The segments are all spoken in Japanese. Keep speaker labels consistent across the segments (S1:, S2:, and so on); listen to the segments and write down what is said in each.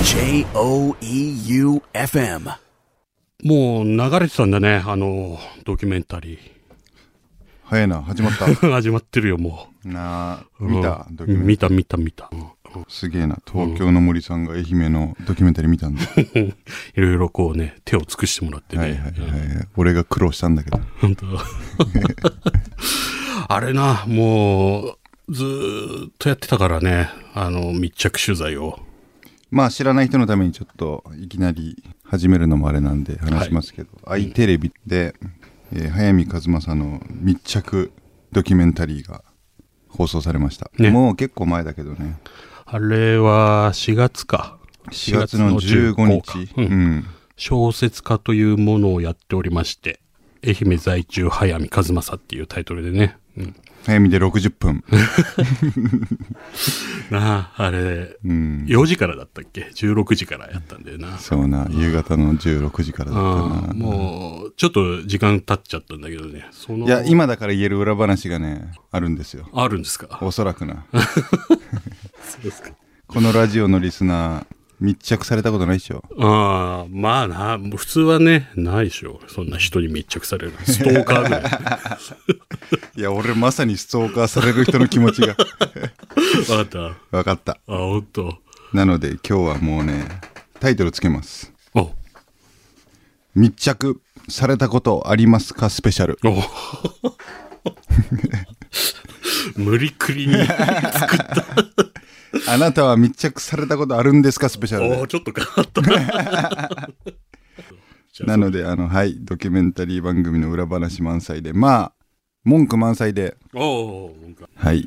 S1: E J-O-E-U-F-M
S2: もう流れてたんだね、あの、ドキュメンタリ
S3: 早いな、始まった。
S2: ー。始まってるよ、も
S3: なあ、
S2: う。
S3: 見た
S2: うん
S3: ドキュメン
S2: 見た、見た、見た。うん
S3: すげえな、東京の森さんが愛媛のドキュメンタリー見た んだ。はい
S2: ろいろこうね、手を尽くしてもらって
S3: い
S2: ね。
S3: はいはいはい。俺が苦労したんだけど。
S2: 本 当あれな、もう、ずーっとやってたからね、あの、密着取材を。
S3: まあ知らない人のためにちょっといきなり始めるのもあれなんで話しますけど、アイテレビで、えー早見和正の密着ドキュメンタリーが放送されました。
S2: ね
S3: もう結構前だけどね。
S2: あれは4月か。
S3: 4月の15
S2: 四
S3: 日
S2: か。。うん
S3: うん
S2: 小説家というものをやっておりまして、愛媛在住早見和正っていうタイトルでね。うん、
S3: 早見で60分。
S2: なあ、あれ、
S3: うん。
S2: 4時からだったっけ ?16 時からやったんだよな。
S3: そうな、夕方の16時からだった
S2: あ
S3: な。
S2: あもう、ちょっと時間経っちゃったんだけどね。その
S3: いや、今だから言える裏話がね、あるんですよ。
S2: あるんですか
S3: おそらくな。
S2: そうですか。
S3: このラジオのリスナー、密着されたことないでしょ。
S2: ああ、まあな、普通はね、ないでしょ。そんな人に密着される。ストーカーぐらい。
S3: いや、俺まさにストーカーされる人の気持 ち
S2: わ
S3: が
S2: かった。
S3: 分かった。
S2: あ、ほんと。
S3: なので今日はもうね、タイトルつけます。
S2: お、お、
S3: 密着されたことありますかスペシャル。
S2: 無理くりに。
S3: あなたは密着されたことあるんですかスペシャル
S2: お
S3: で。
S2: ちょっと変わった。
S3: なので、あの、はい、ドキュメンタリー番組の裏話満載で、まあ、文句満載で、
S2: おお、なんか
S3: はい、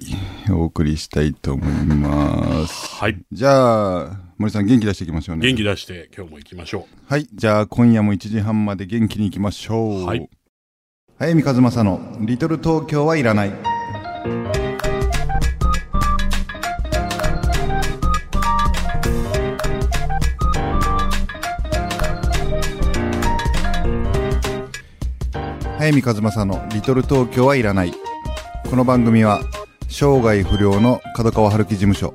S3: お送りしたいと思います。
S2: はい。
S3: じゃあ、森さん元気出していきましょうね。
S2: 元気出して今日も行きましょ
S3: はい。じゃあ、今夜も1時半まで元気に行きましょう。
S2: はい。
S3: 早見和正のリトル東京はいらない。早見和正のリトル東京はいらない。この番組は生涯不良の角川春樹事務所。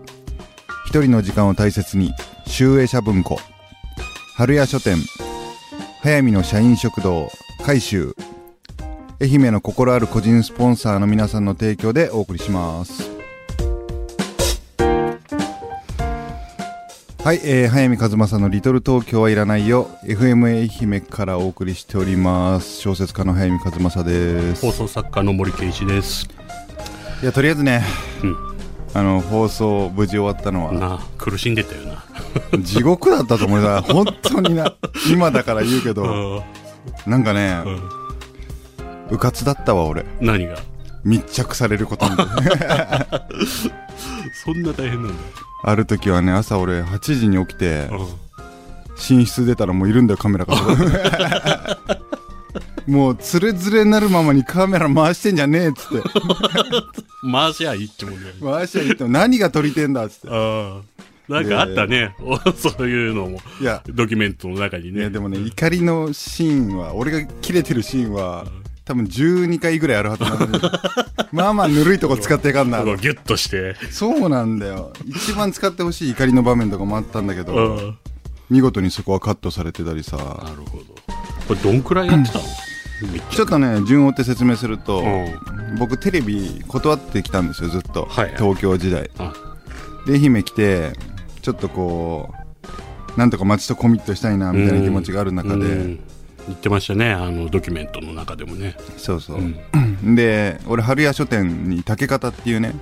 S3: 一人の時間を大切に、集英社文庫。春屋書店早見の社員食堂改修愛媛の心ある個人スポンサーの皆さんの提供でお送りしますはい、えー、早見和正の「リトル東京はいらないよ」FM 愛媛からお送りしております小説家の早見和正で
S2: う。
S3: す
S2: 放送作家の森圭一です。
S3: いやとりあえずね、
S2: うん
S3: あの放送無事終わったのは
S2: なあ、苦しんでたよな。
S3: 地獄だったと思 うな本当にな今だから言うけど
S2: あ
S3: なんかね、
S2: あ、うん
S3: うかつだったわ俺
S2: 何が
S3: 密着される ことに
S2: そんな大変なんだ。
S3: ある時はね朝俺8時に起きて
S2: うん
S3: 寝室出たらもういるんだよカメ ラがもうつれづれになるままにカメラ回してんじゃねえっつって
S2: 回しゃいいってもんね。
S3: 回しゃいいって何が撮りてんだっつって
S2: ああ。なんかあったね。おそういうのも。
S3: いや
S2: ドキュメントの中に
S3: いや
S2: ね。
S3: でもね怒りのシーンは俺がキレてるシーンは多分12回ぐらいあるはずな のにまあまあぬるいとこ使っていかんな
S2: こうギュッとして。
S3: そうなんだよ一番使ってほしい怒りの場面とかもあったんだけ
S2: う
S3: ど
S2: ん。
S3: 見事にそこはカットされてたりさ
S2: なるほど。これどんくらいやってたのめっち
S3: ちょっとね順を追って説明すると、
S2: う
S3: 僕テレビ断ってきたんですよずっと、
S2: はい
S3: 東京時代
S2: ゃ。あ
S3: で愛媛来てちょっとこうなんとか街とコミットしたいなみたいな気持ちがある中で、
S2: うん言ってましたね。あの、ドキュメントの中でもね。
S3: そうそう、で俺春屋書店に竹方っていうね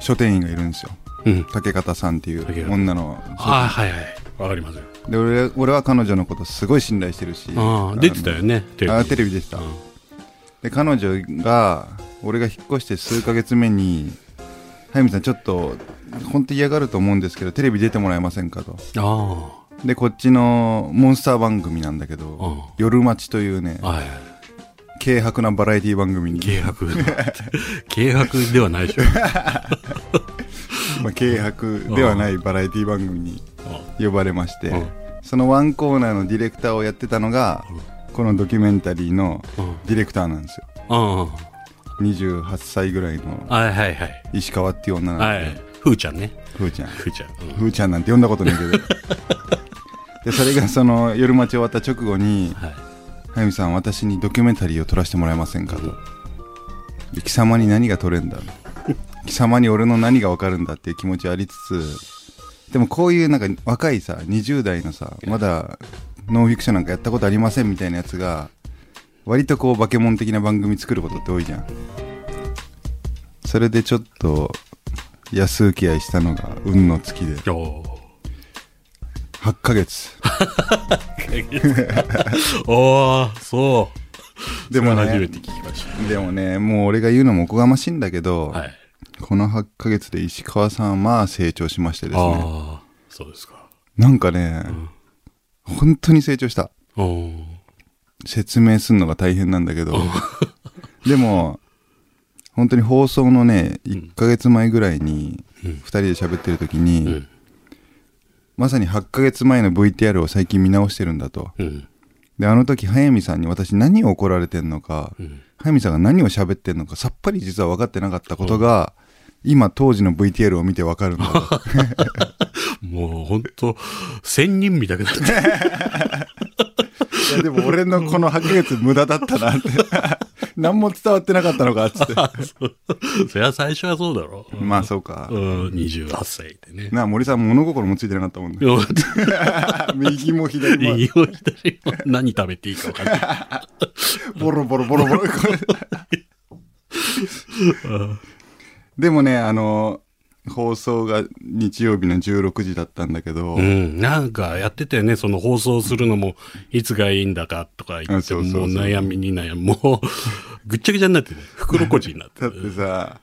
S3: 書店員がいるんですよ
S2: うん。
S3: 竹方さんってい
S2: 竹
S3: う
S2: 方
S3: 女の
S2: ああ、はいはい。わかりますよ。
S3: で俺俺は彼女のことすごい信頼してるし
S2: ああ、出てたよね。テレビ
S3: あテレビでした、
S2: ん
S3: で彼女が俺が引っ越して数ヶ月目に「早見さんちょっと本当嫌がると思うんですけどテレビ出てもらえませんかと」
S2: あ
S3: でこっちのモンスター番組なんだけど「
S2: うん
S3: 夜待ち」というね
S2: あ。はい。
S3: 軽薄なバラエティ番組に
S2: 軽薄。軽薄ではないで しょ。
S3: まあ、軽薄ではないバラエティ番組に呼ばれまして、
S2: うん
S3: そのワンコーナーのディレクターをやってたのが、このドキュメンタリーの
S2: うん
S3: ディレクターなんですよ
S2: うん。は
S3: 28歳ぐらいの
S2: いはいはい。
S3: 石川っていう女なん
S2: は
S3: で
S2: い。ふーちゃんね。
S3: ふーちゃん。
S2: ふーちゃん。うん
S3: ふーちゃんなんて呼んだことないけ ど。で、それがその夜待ち終わった直後に、
S2: はい。
S3: 速水さん、私にドキュメンタリーを撮らせてもらえませんかと。で貴様に何が撮れんだ貴様に俺の何が分かるんだっていう気持ちはありつつ、でもこういうなんか若いさ、20代のさ、まだノンフィクションなんかやったことありませんみたいなやつが、割とこう化け物的な番組作ることって多いじゃん。それでちょっと安請け合いしたのが運の月で、
S2: おー
S3: 8ヶ月。
S2: おー、 そう。
S3: でもね
S2: それ初めて聞きまし
S3: でもね、もう俺が言うのもおこがましいんだけど、
S2: た。はい。
S3: この8ヶ月で石川さんはまあ成長しましてですね。
S2: ああ、そうですか。
S3: なんかね、本当に成長した。
S2: おー
S3: 説明するのが大変なんだけど、 でも、本当に放送のね、1ヶ月前ぐらいに、2人で喋ってる時に、
S2: ん
S3: まさに8ヶ月前の VTR を最近見直してるんだと。
S2: うん。
S3: で、あの時、早見さんに私何を怒られてんのか、
S2: ん
S3: 早見さんが何を喋ってんのか、さっぱり実は分かってなかったことが、今、当時の VTR を見て分かるんだ と。
S2: もうほんと、仙人みたく なって。
S3: いやでも俺のこの8ヶ月無駄だったな って。何も伝わってなかったのかっつって。
S2: そりゃ最初はそうだろ。
S3: まあそうか
S2: う。ん、28歳でね。
S3: なあ森さん物心もついてなかったもんね。
S2: もう
S3: 右も左も
S2: 右も左も何食べていいか分かんない。
S3: ボロボロボロボ ロ。でもね、あの、放送が日曜日の16時だったんだけど、
S2: うん、なんかやってたよね、その放送するのも、いつがいいんだかとか言って、
S3: うんそうそうそう
S2: もう悩みに悩み、もう、ぐっちゃぐちゃになってね、袋小路にな って
S3: だっ
S2: る。
S3: てさ、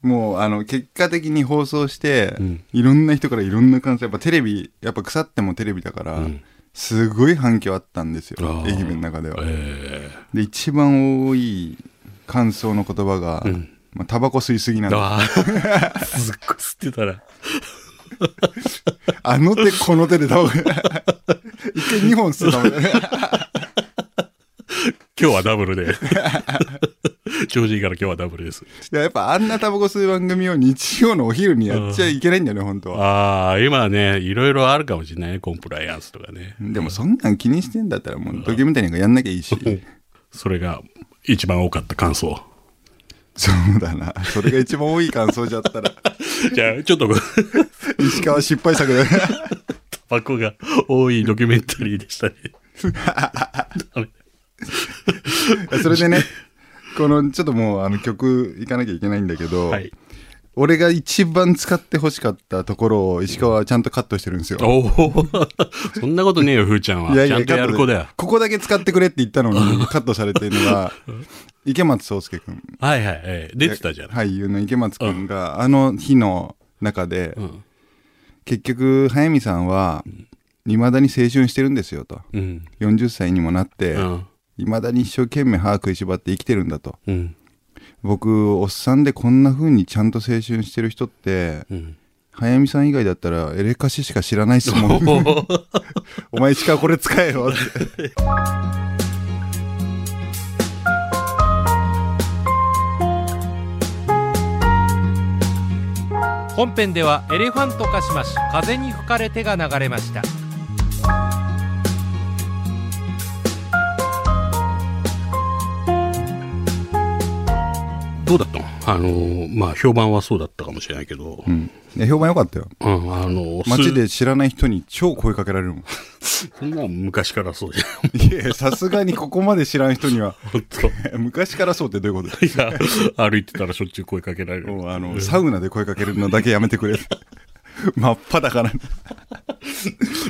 S3: もうあの結果的に放送して、いろんな人からいろんな感想、やっぱテレビ、やっぱ腐ってもテレビだから、すごい反響あったんですよ
S2: あ、ー
S3: 愛媛の中では。
S2: えー
S3: で一番多い感想の言葉が、まあ、タバコ吸いすぎなんだ
S2: あーすっごい吸ってたら、
S3: あの手この手でタバコ 一回二本吸うた もんね
S2: 今日はダブルで。調子いいから今日はダブルです。
S3: いややっぱあんなタバコ吸う番組を日曜のお昼にやっちゃいけないんだよね本当は
S2: ああ、今はね、いろいろあるかもしれないね、コンプライアンスとかね。
S3: でもそんなん気にしてんだったらもうドキュメンタリーなんかやんなきゃいいし
S2: それが一番多かった感想。
S3: そうだなそれが一番多い感想じゃったら
S2: じゃあ、ちょっと、
S3: 石川失敗作だね
S2: タバコが多いドキュメンタリーで したね。ダメ
S3: それでねこのちょっともうあの曲いかなきゃいけないんだけど、
S2: はい。
S3: 俺が一番使って欲しかったところを石川はちゃんとカットしてるんですよ
S2: おお、そんなことねえよ、ふー ちゃんは。ちゃんとやる子だよ
S3: カットで。ここだけ使ってくれって言ったのに、カットされてるのが、池松壮介くん。
S2: はいはい、ええ出てたじゃない。
S3: 俳優の池松くんが、あの日の中で、
S2: ん
S3: 結局、早見さんは、未だに青春してるんですよと。
S2: うん。
S3: 40歳にもなって、
S2: うん。
S3: 未だに一生懸命歯食いしばって生きてるんだと。
S2: うん。
S3: 僕、おっさんでこんな風にちゃんと青春してる人って、
S2: うん。
S3: 早見さん以外だったらエレカシしか知らないっすもん。お前しかこれ使え よって。
S4: 本編ではエレファントカシマシ風に吹かれてが流れました
S2: どうだったのあのーまあ、評判はそうだったかもしれないけど、うん、
S3: いや評判良かったよ。
S2: あのー
S3: 街
S2: す
S3: で知らない人に超声かけられるもん。
S2: そんなん昔からそうじゃん。
S3: いやさすがにここまで知らん人には、
S2: 本当。
S3: 昔からそうってどういうこと
S2: いや、歩いてたらしょっちゅう声かけられる。
S3: もうあの、サウナで声かけるのだけやめてくれ。真っ裸な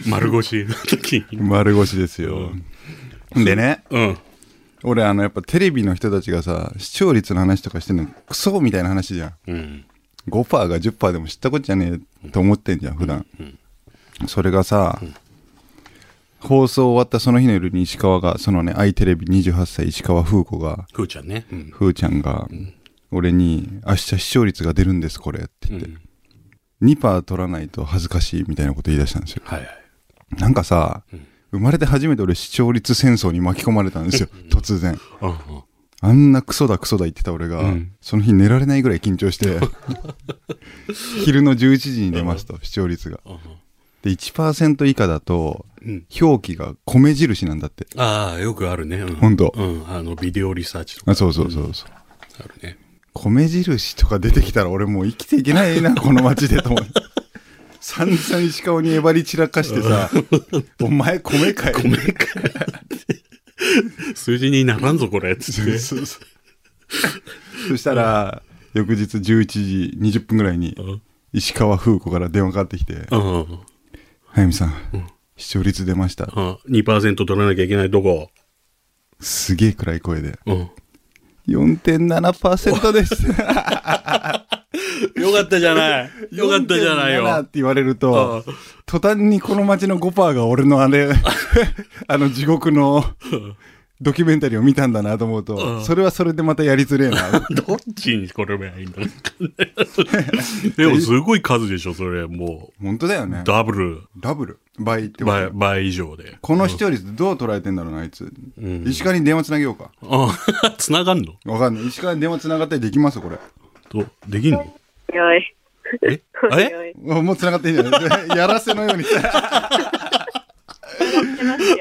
S2: 丸腰の時に。
S3: 丸腰ですよ。でね、
S2: うん。
S3: 俺あのやっぱテレビの人たちがさ、視聴率の話とかしてるのクソみたいな話じゃん。
S2: うん。
S3: 5%が10%でも知ったことじゃねえと思ってんじゃん、普段。それがさ、放送終わったその日の夜に石川が、そのね、アイテレビ28歳石川風子が、
S2: ふーちゃんね。うん。
S3: ふーちゃんが、俺に、明日視聴率が出るんです、これって言って、2%取らないと恥ずかしいみたいなこと言い出したんですよ。
S2: はいはい。
S3: なんかさ、生まれて初めて俺視聴率戦争に巻き込まれたんですよ、突然。
S2: うんうん
S3: あんなクソだクソだ言ってた俺が、その日寝られないぐらい緊張して、昼の11時に出ますと、視聴率が。で、1%以下だと、
S2: うん
S3: 表記が米印なんだって。
S2: ああ、よくあるね。うん
S3: ほんと
S2: うん。あの、ビデオリサーチとか
S3: あ、そうそうそうそう。
S2: あるね。
S3: 米印とか出てきたら俺もう生きていけないな、この街でと思って。散々石川にえばり散らかしてさ、お前米かい。
S2: ごめんか。数字にならんぞ、これ。つっ
S3: そう
S2: て。
S3: そうそうそしたら、翌日11時20分ぐらいに、石川風子から電話かかってきて、
S2: うん。
S3: 早見さん、視聴率出ました。
S2: あ2%取らなきゃいけないとこ。
S3: すげえ暗い声で。
S2: うん。
S3: 4.7%です。
S2: よかったじゃない。 よかったじゃない
S3: 4.7っ
S2: よ。
S3: て言われると、途端にこの街の5%が俺の あれ、あの地獄のドキュメンタリーを見たんだなと思うと、それはそれでまたやりづれ えな。
S2: どっちにこればいいんだろうでも、すごい数でしょ、それ。も
S3: 本当だよ
S2: う、
S3: ね。
S2: ダブル、
S3: ダブル。倍ってこと
S2: 倍、倍以上で。
S3: この視聴率どう捉えてんだろうな、あいつ。石川に電話つなげようか。
S2: ああ、つながんの
S3: わかんない。石川に電話つながったりできますこれ。
S2: と、できんの
S5: よい。
S2: ええ
S5: よい。
S3: あもうつながっていいんじゃないやらせのように。は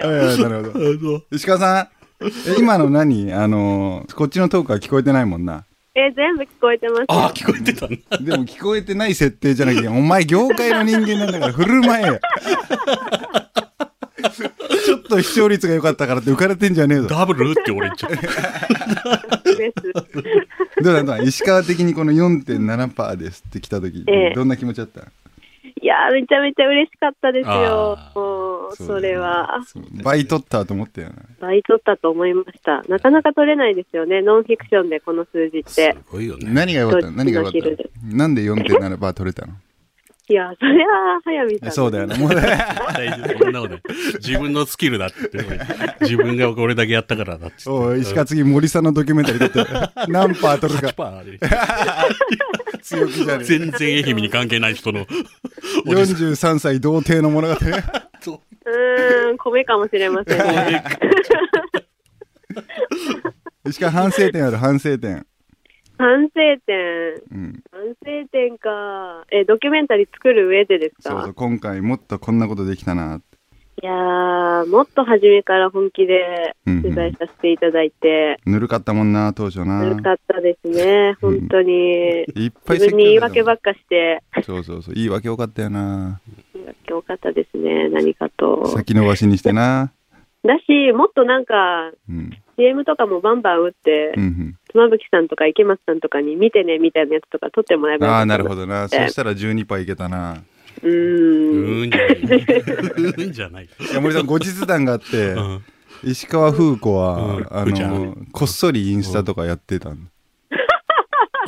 S3: いはいなるほど。石川さん、え今の何あのーこっちのトークは聞こえてないもんな。
S5: え、全部聞こえてますよ。
S2: ああ、聞こえてたんだ。
S3: でも聞こえてない設定じゃなきゃ、お前業界の人間なんだから振る舞えよ。ちょっと視聴率が良かったからって浮かれてんじゃねえぞ。ど
S2: ダブルって俺言っちゃった。
S5: です。
S3: うだどうだ石川的にこの4.7%ですって来た時、
S5: ええ
S3: どんな気持ちだった
S5: いやー、めちゃめちゃ嬉しかったですよ
S2: あ。
S5: もう、
S3: そうだよ
S5: そ
S3: ね
S5: れは。
S3: 倍取ったと思ったよな。
S5: 倍取ったと思いました。なかなか取れないですよね。ノンフィクションでこの数字って。
S2: ごいよね。
S3: 何が良かったの何が良かっ
S5: どっちの
S3: たのなんで4.7%取れ たの
S5: いやー、それは、早見さん。
S3: そうだよね。もう ね
S2: 大丈夫、そんなことない自分のスキルだって。自分がこれだけやったからだって。
S3: お い、石川次、森さんのドキュメンタリー撮って、何パー取るか
S2: パーで
S3: 強気じ ゃねえ。
S2: 全然愛媛に関係ない人 の。おじさん
S3: 43歳童貞の物語。
S2: と。
S5: うーん、米かもしれま せんね。
S3: 石川反省点ある、反省点。
S5: 反省点。
S3: うん。
S5: 反省点か。え、ドキュメンタリー作る上でです
S3: そうそ
S5: か
S3: う、今回もっとこんなことできたなって。
S5: いやー、もっと初めから本気で取材させていただいて、
S3: ぬるかったもんな、当初な。
S5: よかったですね。本当に。
S3: いっぱい
S5: 自分に言い訳ば
S3: っ
S5: っかして、
S3: そうそうそう、言い訳よかったよな。
S5: 今日かったですね、何かと。
S3: 先延ばしにしてな。
S5: だし、もっとなんか、
S3: うん。
S5: CM とかもバンバン打って、
S3: うん
S5: 妻夫木さんとか池松さんとかに見てねみたいなやつとか撮ってもらえ
S3: うん。
S5: ばよ
S3: あ
S5: か
S3: あ、
S5: った
S3: なるほどな。そしたら12パーいけたな。
S5: う
S2: うーん
S5: ーん。
S2: じゃない。うーんじゃない。
S3: いや森 さん、後日談があって、石川風子は、
S2: うん
S3: あ
S2: ふーちゃ
S3: の、こっそりインスタとかやってたの。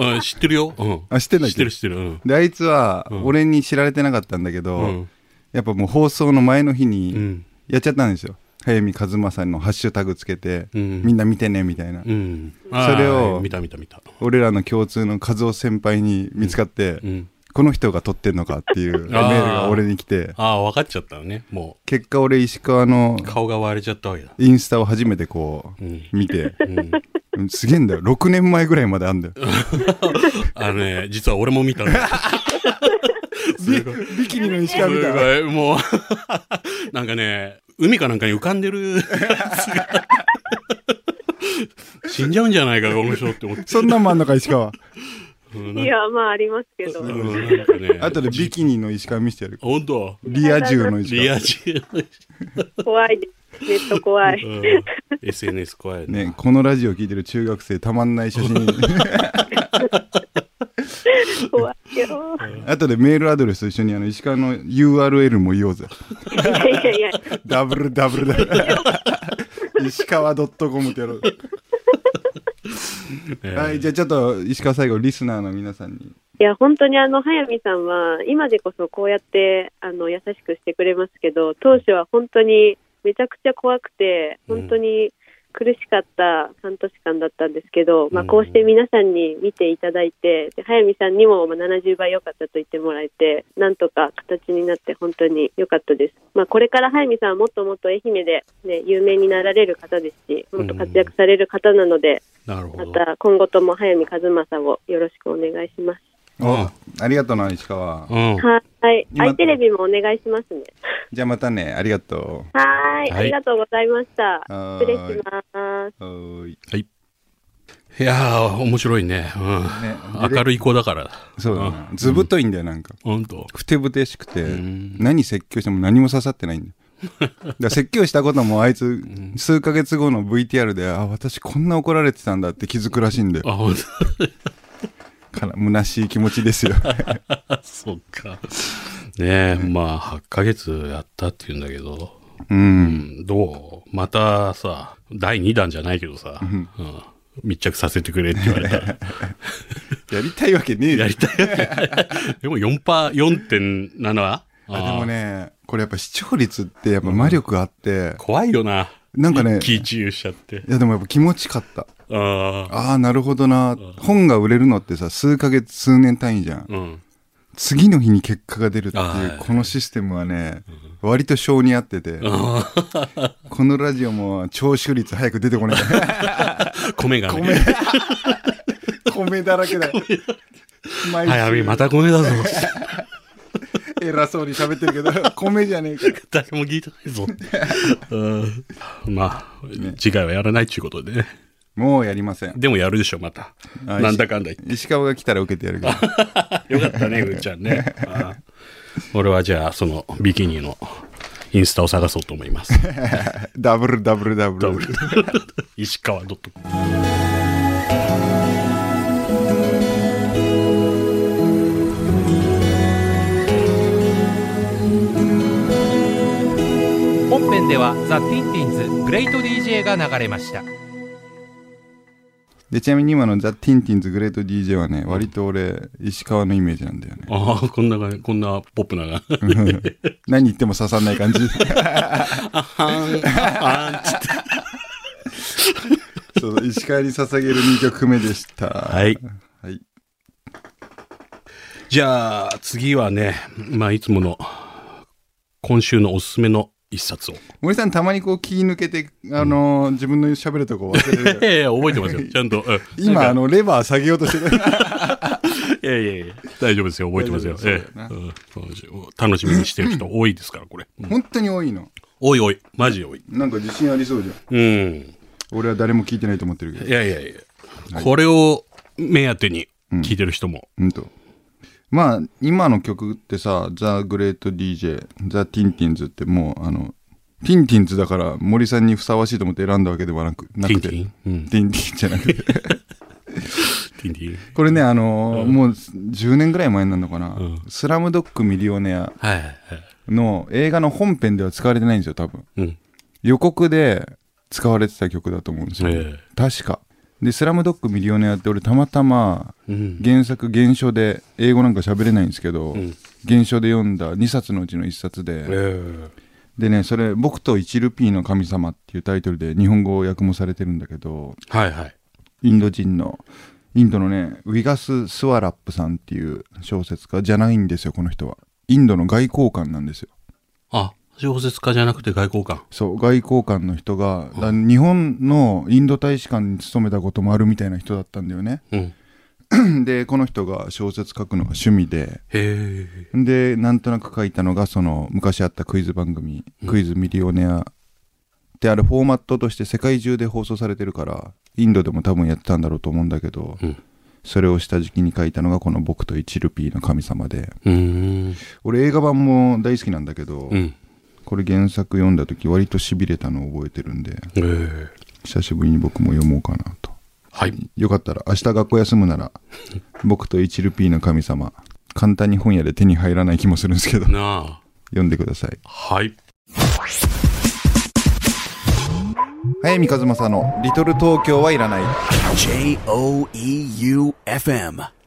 S2: うん、知ってるよ。うん。
S3: あ知ってんだっけ
S2: 知ってる知ってる。うん。
S3: であいつは
S2: ん
S3: 俺に知られてなかったんだけど、
S2: うん
S3: やっぱもう放送の前の日
S2: う
S3: に
S2: ん
S3: やっちゃったんですよ、早見和正のハッシュタグつけて、
S2: うん
S3: みんな見てねみたいな、
S2: うん。
S3: それ
S2: あー
S3: を
S2: 見た見た見た。
S3: 俺らの共通の和夫先輩に見つかって、
S2: うん。
S3: この人が撮ってんのかって いうメールが俺に来て
S2: ああ、分かっちゃったのね。も
S3: 結果俺石川の
S2: う、顔が割れちゃったわけだ。
S3: インスタを初めてこう、
S2: うん
S3: 見て、すげえんだよ6年前ぐらいまであんだよ
S2: あのね、実は俺も見たの。すごい。
S3: ビキニの石川みたいな
S2: すごいもう、 なんかね、海かなんかに浮かんで るやつが死んじゃうんじゃないか、この人って思って。
S3: そんなんもあんのか石川
S2: うん
S5: いや、まあありますけど。
S2: うんなんかね
S3: あとでビキニの石川見せてやる
S2: 本当
S3: リア充の石川
S2: リア充。
S5: 怖いです。ネット怖い。
S2: うん SNS 怖いな
S3: ね、このラジオ聞いてる中学生たまんない写真
S5: 怖いよ。
S3: 後でメールアドレスと一緒にあの石川の URL も言おうぜ
S5: いやいやいや、
S3: ダブルダブルダブル石川 .com ってやろう、
S2: えー
S3: はいじゃあちょっと石川最後リスナーの皆さんに
S5: いや本当にあの早見さんは今でこそこうやってあの優しくしてくれますけど当初は本当にめちゃくちゃ怖くて
S2: うん
S5: 本当に苦しかった半年間だったんですけど、まあ、
S2: うん
S5: こうして皆さんに見ていただいてで早見さんにもまあ70倍良かったと言ってもらえてなんとか形になって本当に良かったです、まあ、これから早見さんはもっともっと愛媛で、ね、有名になられる方ですしもっと活躍される方なので、
S2: なるほ
S5: ま
S2: ど。
S5: た今後とも早見和正をよろしくお願いします。
S3: おありがとうな、石川。
S2: うん。
S5: はい。
S3: 今
S5: アイテレビもお願いしますね。
S3: じゃあまたね、ありがと
S5: はい。
S2: はい
S5: ありがとうございました。
S3: はー
S5: 失
S3: い
S5: 礼します。
S3: う。おーい
S2: はい。いやー、面白いね。うん。
S3: ね
S2: 明るい子だから。
S3: そうだな。ずぶといんだよ、なんか。
S2: ほんと。
S3: ふてぶてしくて、
S2: ん
S3: 何説教しても何も刺さってないんだ よ。だから説教したこともあいつ、数ヶ月後の VTR で、あ、私こんな怒られてたんだって気づくらしいんだよ。
S2: あ、ほんと。
S3: から、虚しい気持ちですよ。
S2: そっか。ねえ、まあ、8ヶ月やったって言うんだけど、
S3: う。
S2: うんん、どうまたさ、第2弾じゃないけどさ、うん密着させてくれって言われた ら。
S3: やりたいわけねえじ
S2: や
S3: ゃん
S2: りたい。でも4パー、4.7? あ
S3: あでもね、これやっぱ視聴率ってやっぱ魔力あって、
S2: 怖いよな。
S3: なんかね
S2: 一喜一憂しちゃって。
S3: いやでもやっぱ気持ちかった。
S2: ああ。
S3: ああ、なるほどな。本が売れるのってさ、数ヶ月、数年単位じゃん。
S2: うん。
S3: 次の日に結果が出るってい
S2: あーは
S3: う
S2: い、
S3: このシステムはね、割と性に合ってて、 このラジオも聴取率早く出て こない。
S2: 米がね。
S3: 米だらけだ。毎週
S2: 早見、また米だぞ。
S3: 偉そうに喋ってるけど、 米じゃねえから。
S2: 誰も聞いてないぞ。うんまあ、次回はやらないっちゅうことでね。
S3: もうやりません。
S2: でもやるでしょ、また。
S3: あ
S2: なんだかんだ言って
S3: 石川が来たら受けてやるけど。
S2: よかった ね、うーちゃんね。ああ俺はじゃあ、そのビキニのインスタを探そうと思い ます。
S3: ダブルダブルダブル。
S2: 石川ドットコム
S4: 本編ではザ・ティンティンズグレート DJ が流れました
S3: で、ちなみに今のザ・ティンティンズ・グレート・ DJ はね、割と俺、石川のイメージなんだよね。
S2: ああ、こんなが、こんなポップなが。
S3: 何言っても刺さんない感じ。
S2: あーんつって
S3: そう、石川に捧げる2曲目でした。は。
S2: はいい。じゃあ、次はね、まあ、いつもの、今週のおすすめの一冊を。
S3: 森さん、たまにこう、気抜けて、あのー自分の喋るとこ忘れる。
S2: ええ、覚えてますよ。ちゃんと。うん
S3: 今、あ、
S2: なんか
S3: の、レバー下げようとし てる。
S2: いやいやいや、大丈夫ですよ。覚えてますよ。ええうん楽しみにしてる人多いですから、これ。
S3: 本当に多いの。
S2: 多い多い。マジ多い。
S3: なんか自信ありそうじゃん。
S2: うん。
S3: 俺は誰も聞いてないと思ってるけど。
S2: いやいやいや、これを目当てに聞いてる人も。
S3: うんと。まあ、今の曲ってさ、ザ・グレート・ DJ、ザ・ティンティンズってもう、あの、ティンティンズだから森さんにふさわしいと思って選んだわけではなく、なくて。
S2: ティンティンうん
S3: ティンティンじゃなくて。
S2: ティンティン
S3: これね、あのーもう10年ぐらい前になるのかな、
S2: ん
S3: スラムドッグミリオネア
S2: はいはいはい。
S3: の映画の本編では使われてないんですよ、多分。
S2: うん。
S3: 予告で使われてた曲だと思うんですよ。
S2: え
S3: 確か。で、スラムドッグミリオネアって俺たまたま
S2: えうん。
S3: 原作原書で英語なんか喋れないんですけど、
S2: ん
S3: 原書で読んだ2冊のうちの1冊で、
S2: ええ
S3: でねそれ「僕と一ルピーの神様」っていうタイトルで日本語を訳もされてるんだけど
S2: はいはい。
S3: インド人のインドのねウィガス・スワラップさんっていう小説家じゃないんですよこの人はインドの外交官なんですよ
S2: あ、小説家じゃなくて外交官。
S3: そう外交官の人が、だ日本のインド大使館に勤めたこともあるみたいな人だったんだよね
S2: うん。へ
S3: でこの人が小説書くのが趣味で
S2: え。
S3: でなんとなく書いたのがその昔あったクイズ番組「クイズミリオネア」ってあれフォーマットとして世界中で放送されてるからインドでも多分やってたんだろうと思うんだけど、
S2: うん
S3: それを下敷きに書いたのがこの「僕と1ルピーの神様で
S2: うーん。」
S3: 俺映画版も大好きなんだけど、
S2: うん。
S3: これ原作読んだ時割としびれたのを覚えてるんで
S2: ええ。
S3: 久しぶりに僕も読もうかなと
S2: はい。
S3: よかったら明日学校休むなら「僕と1ルピーの神様」簡単に本屋で手に入らない気もするんですけど
S2: な
S3: 読んでください
S2: あ。はい。
S3: 早見和正の「リトル東京はいらない」
S1: J O E U F M.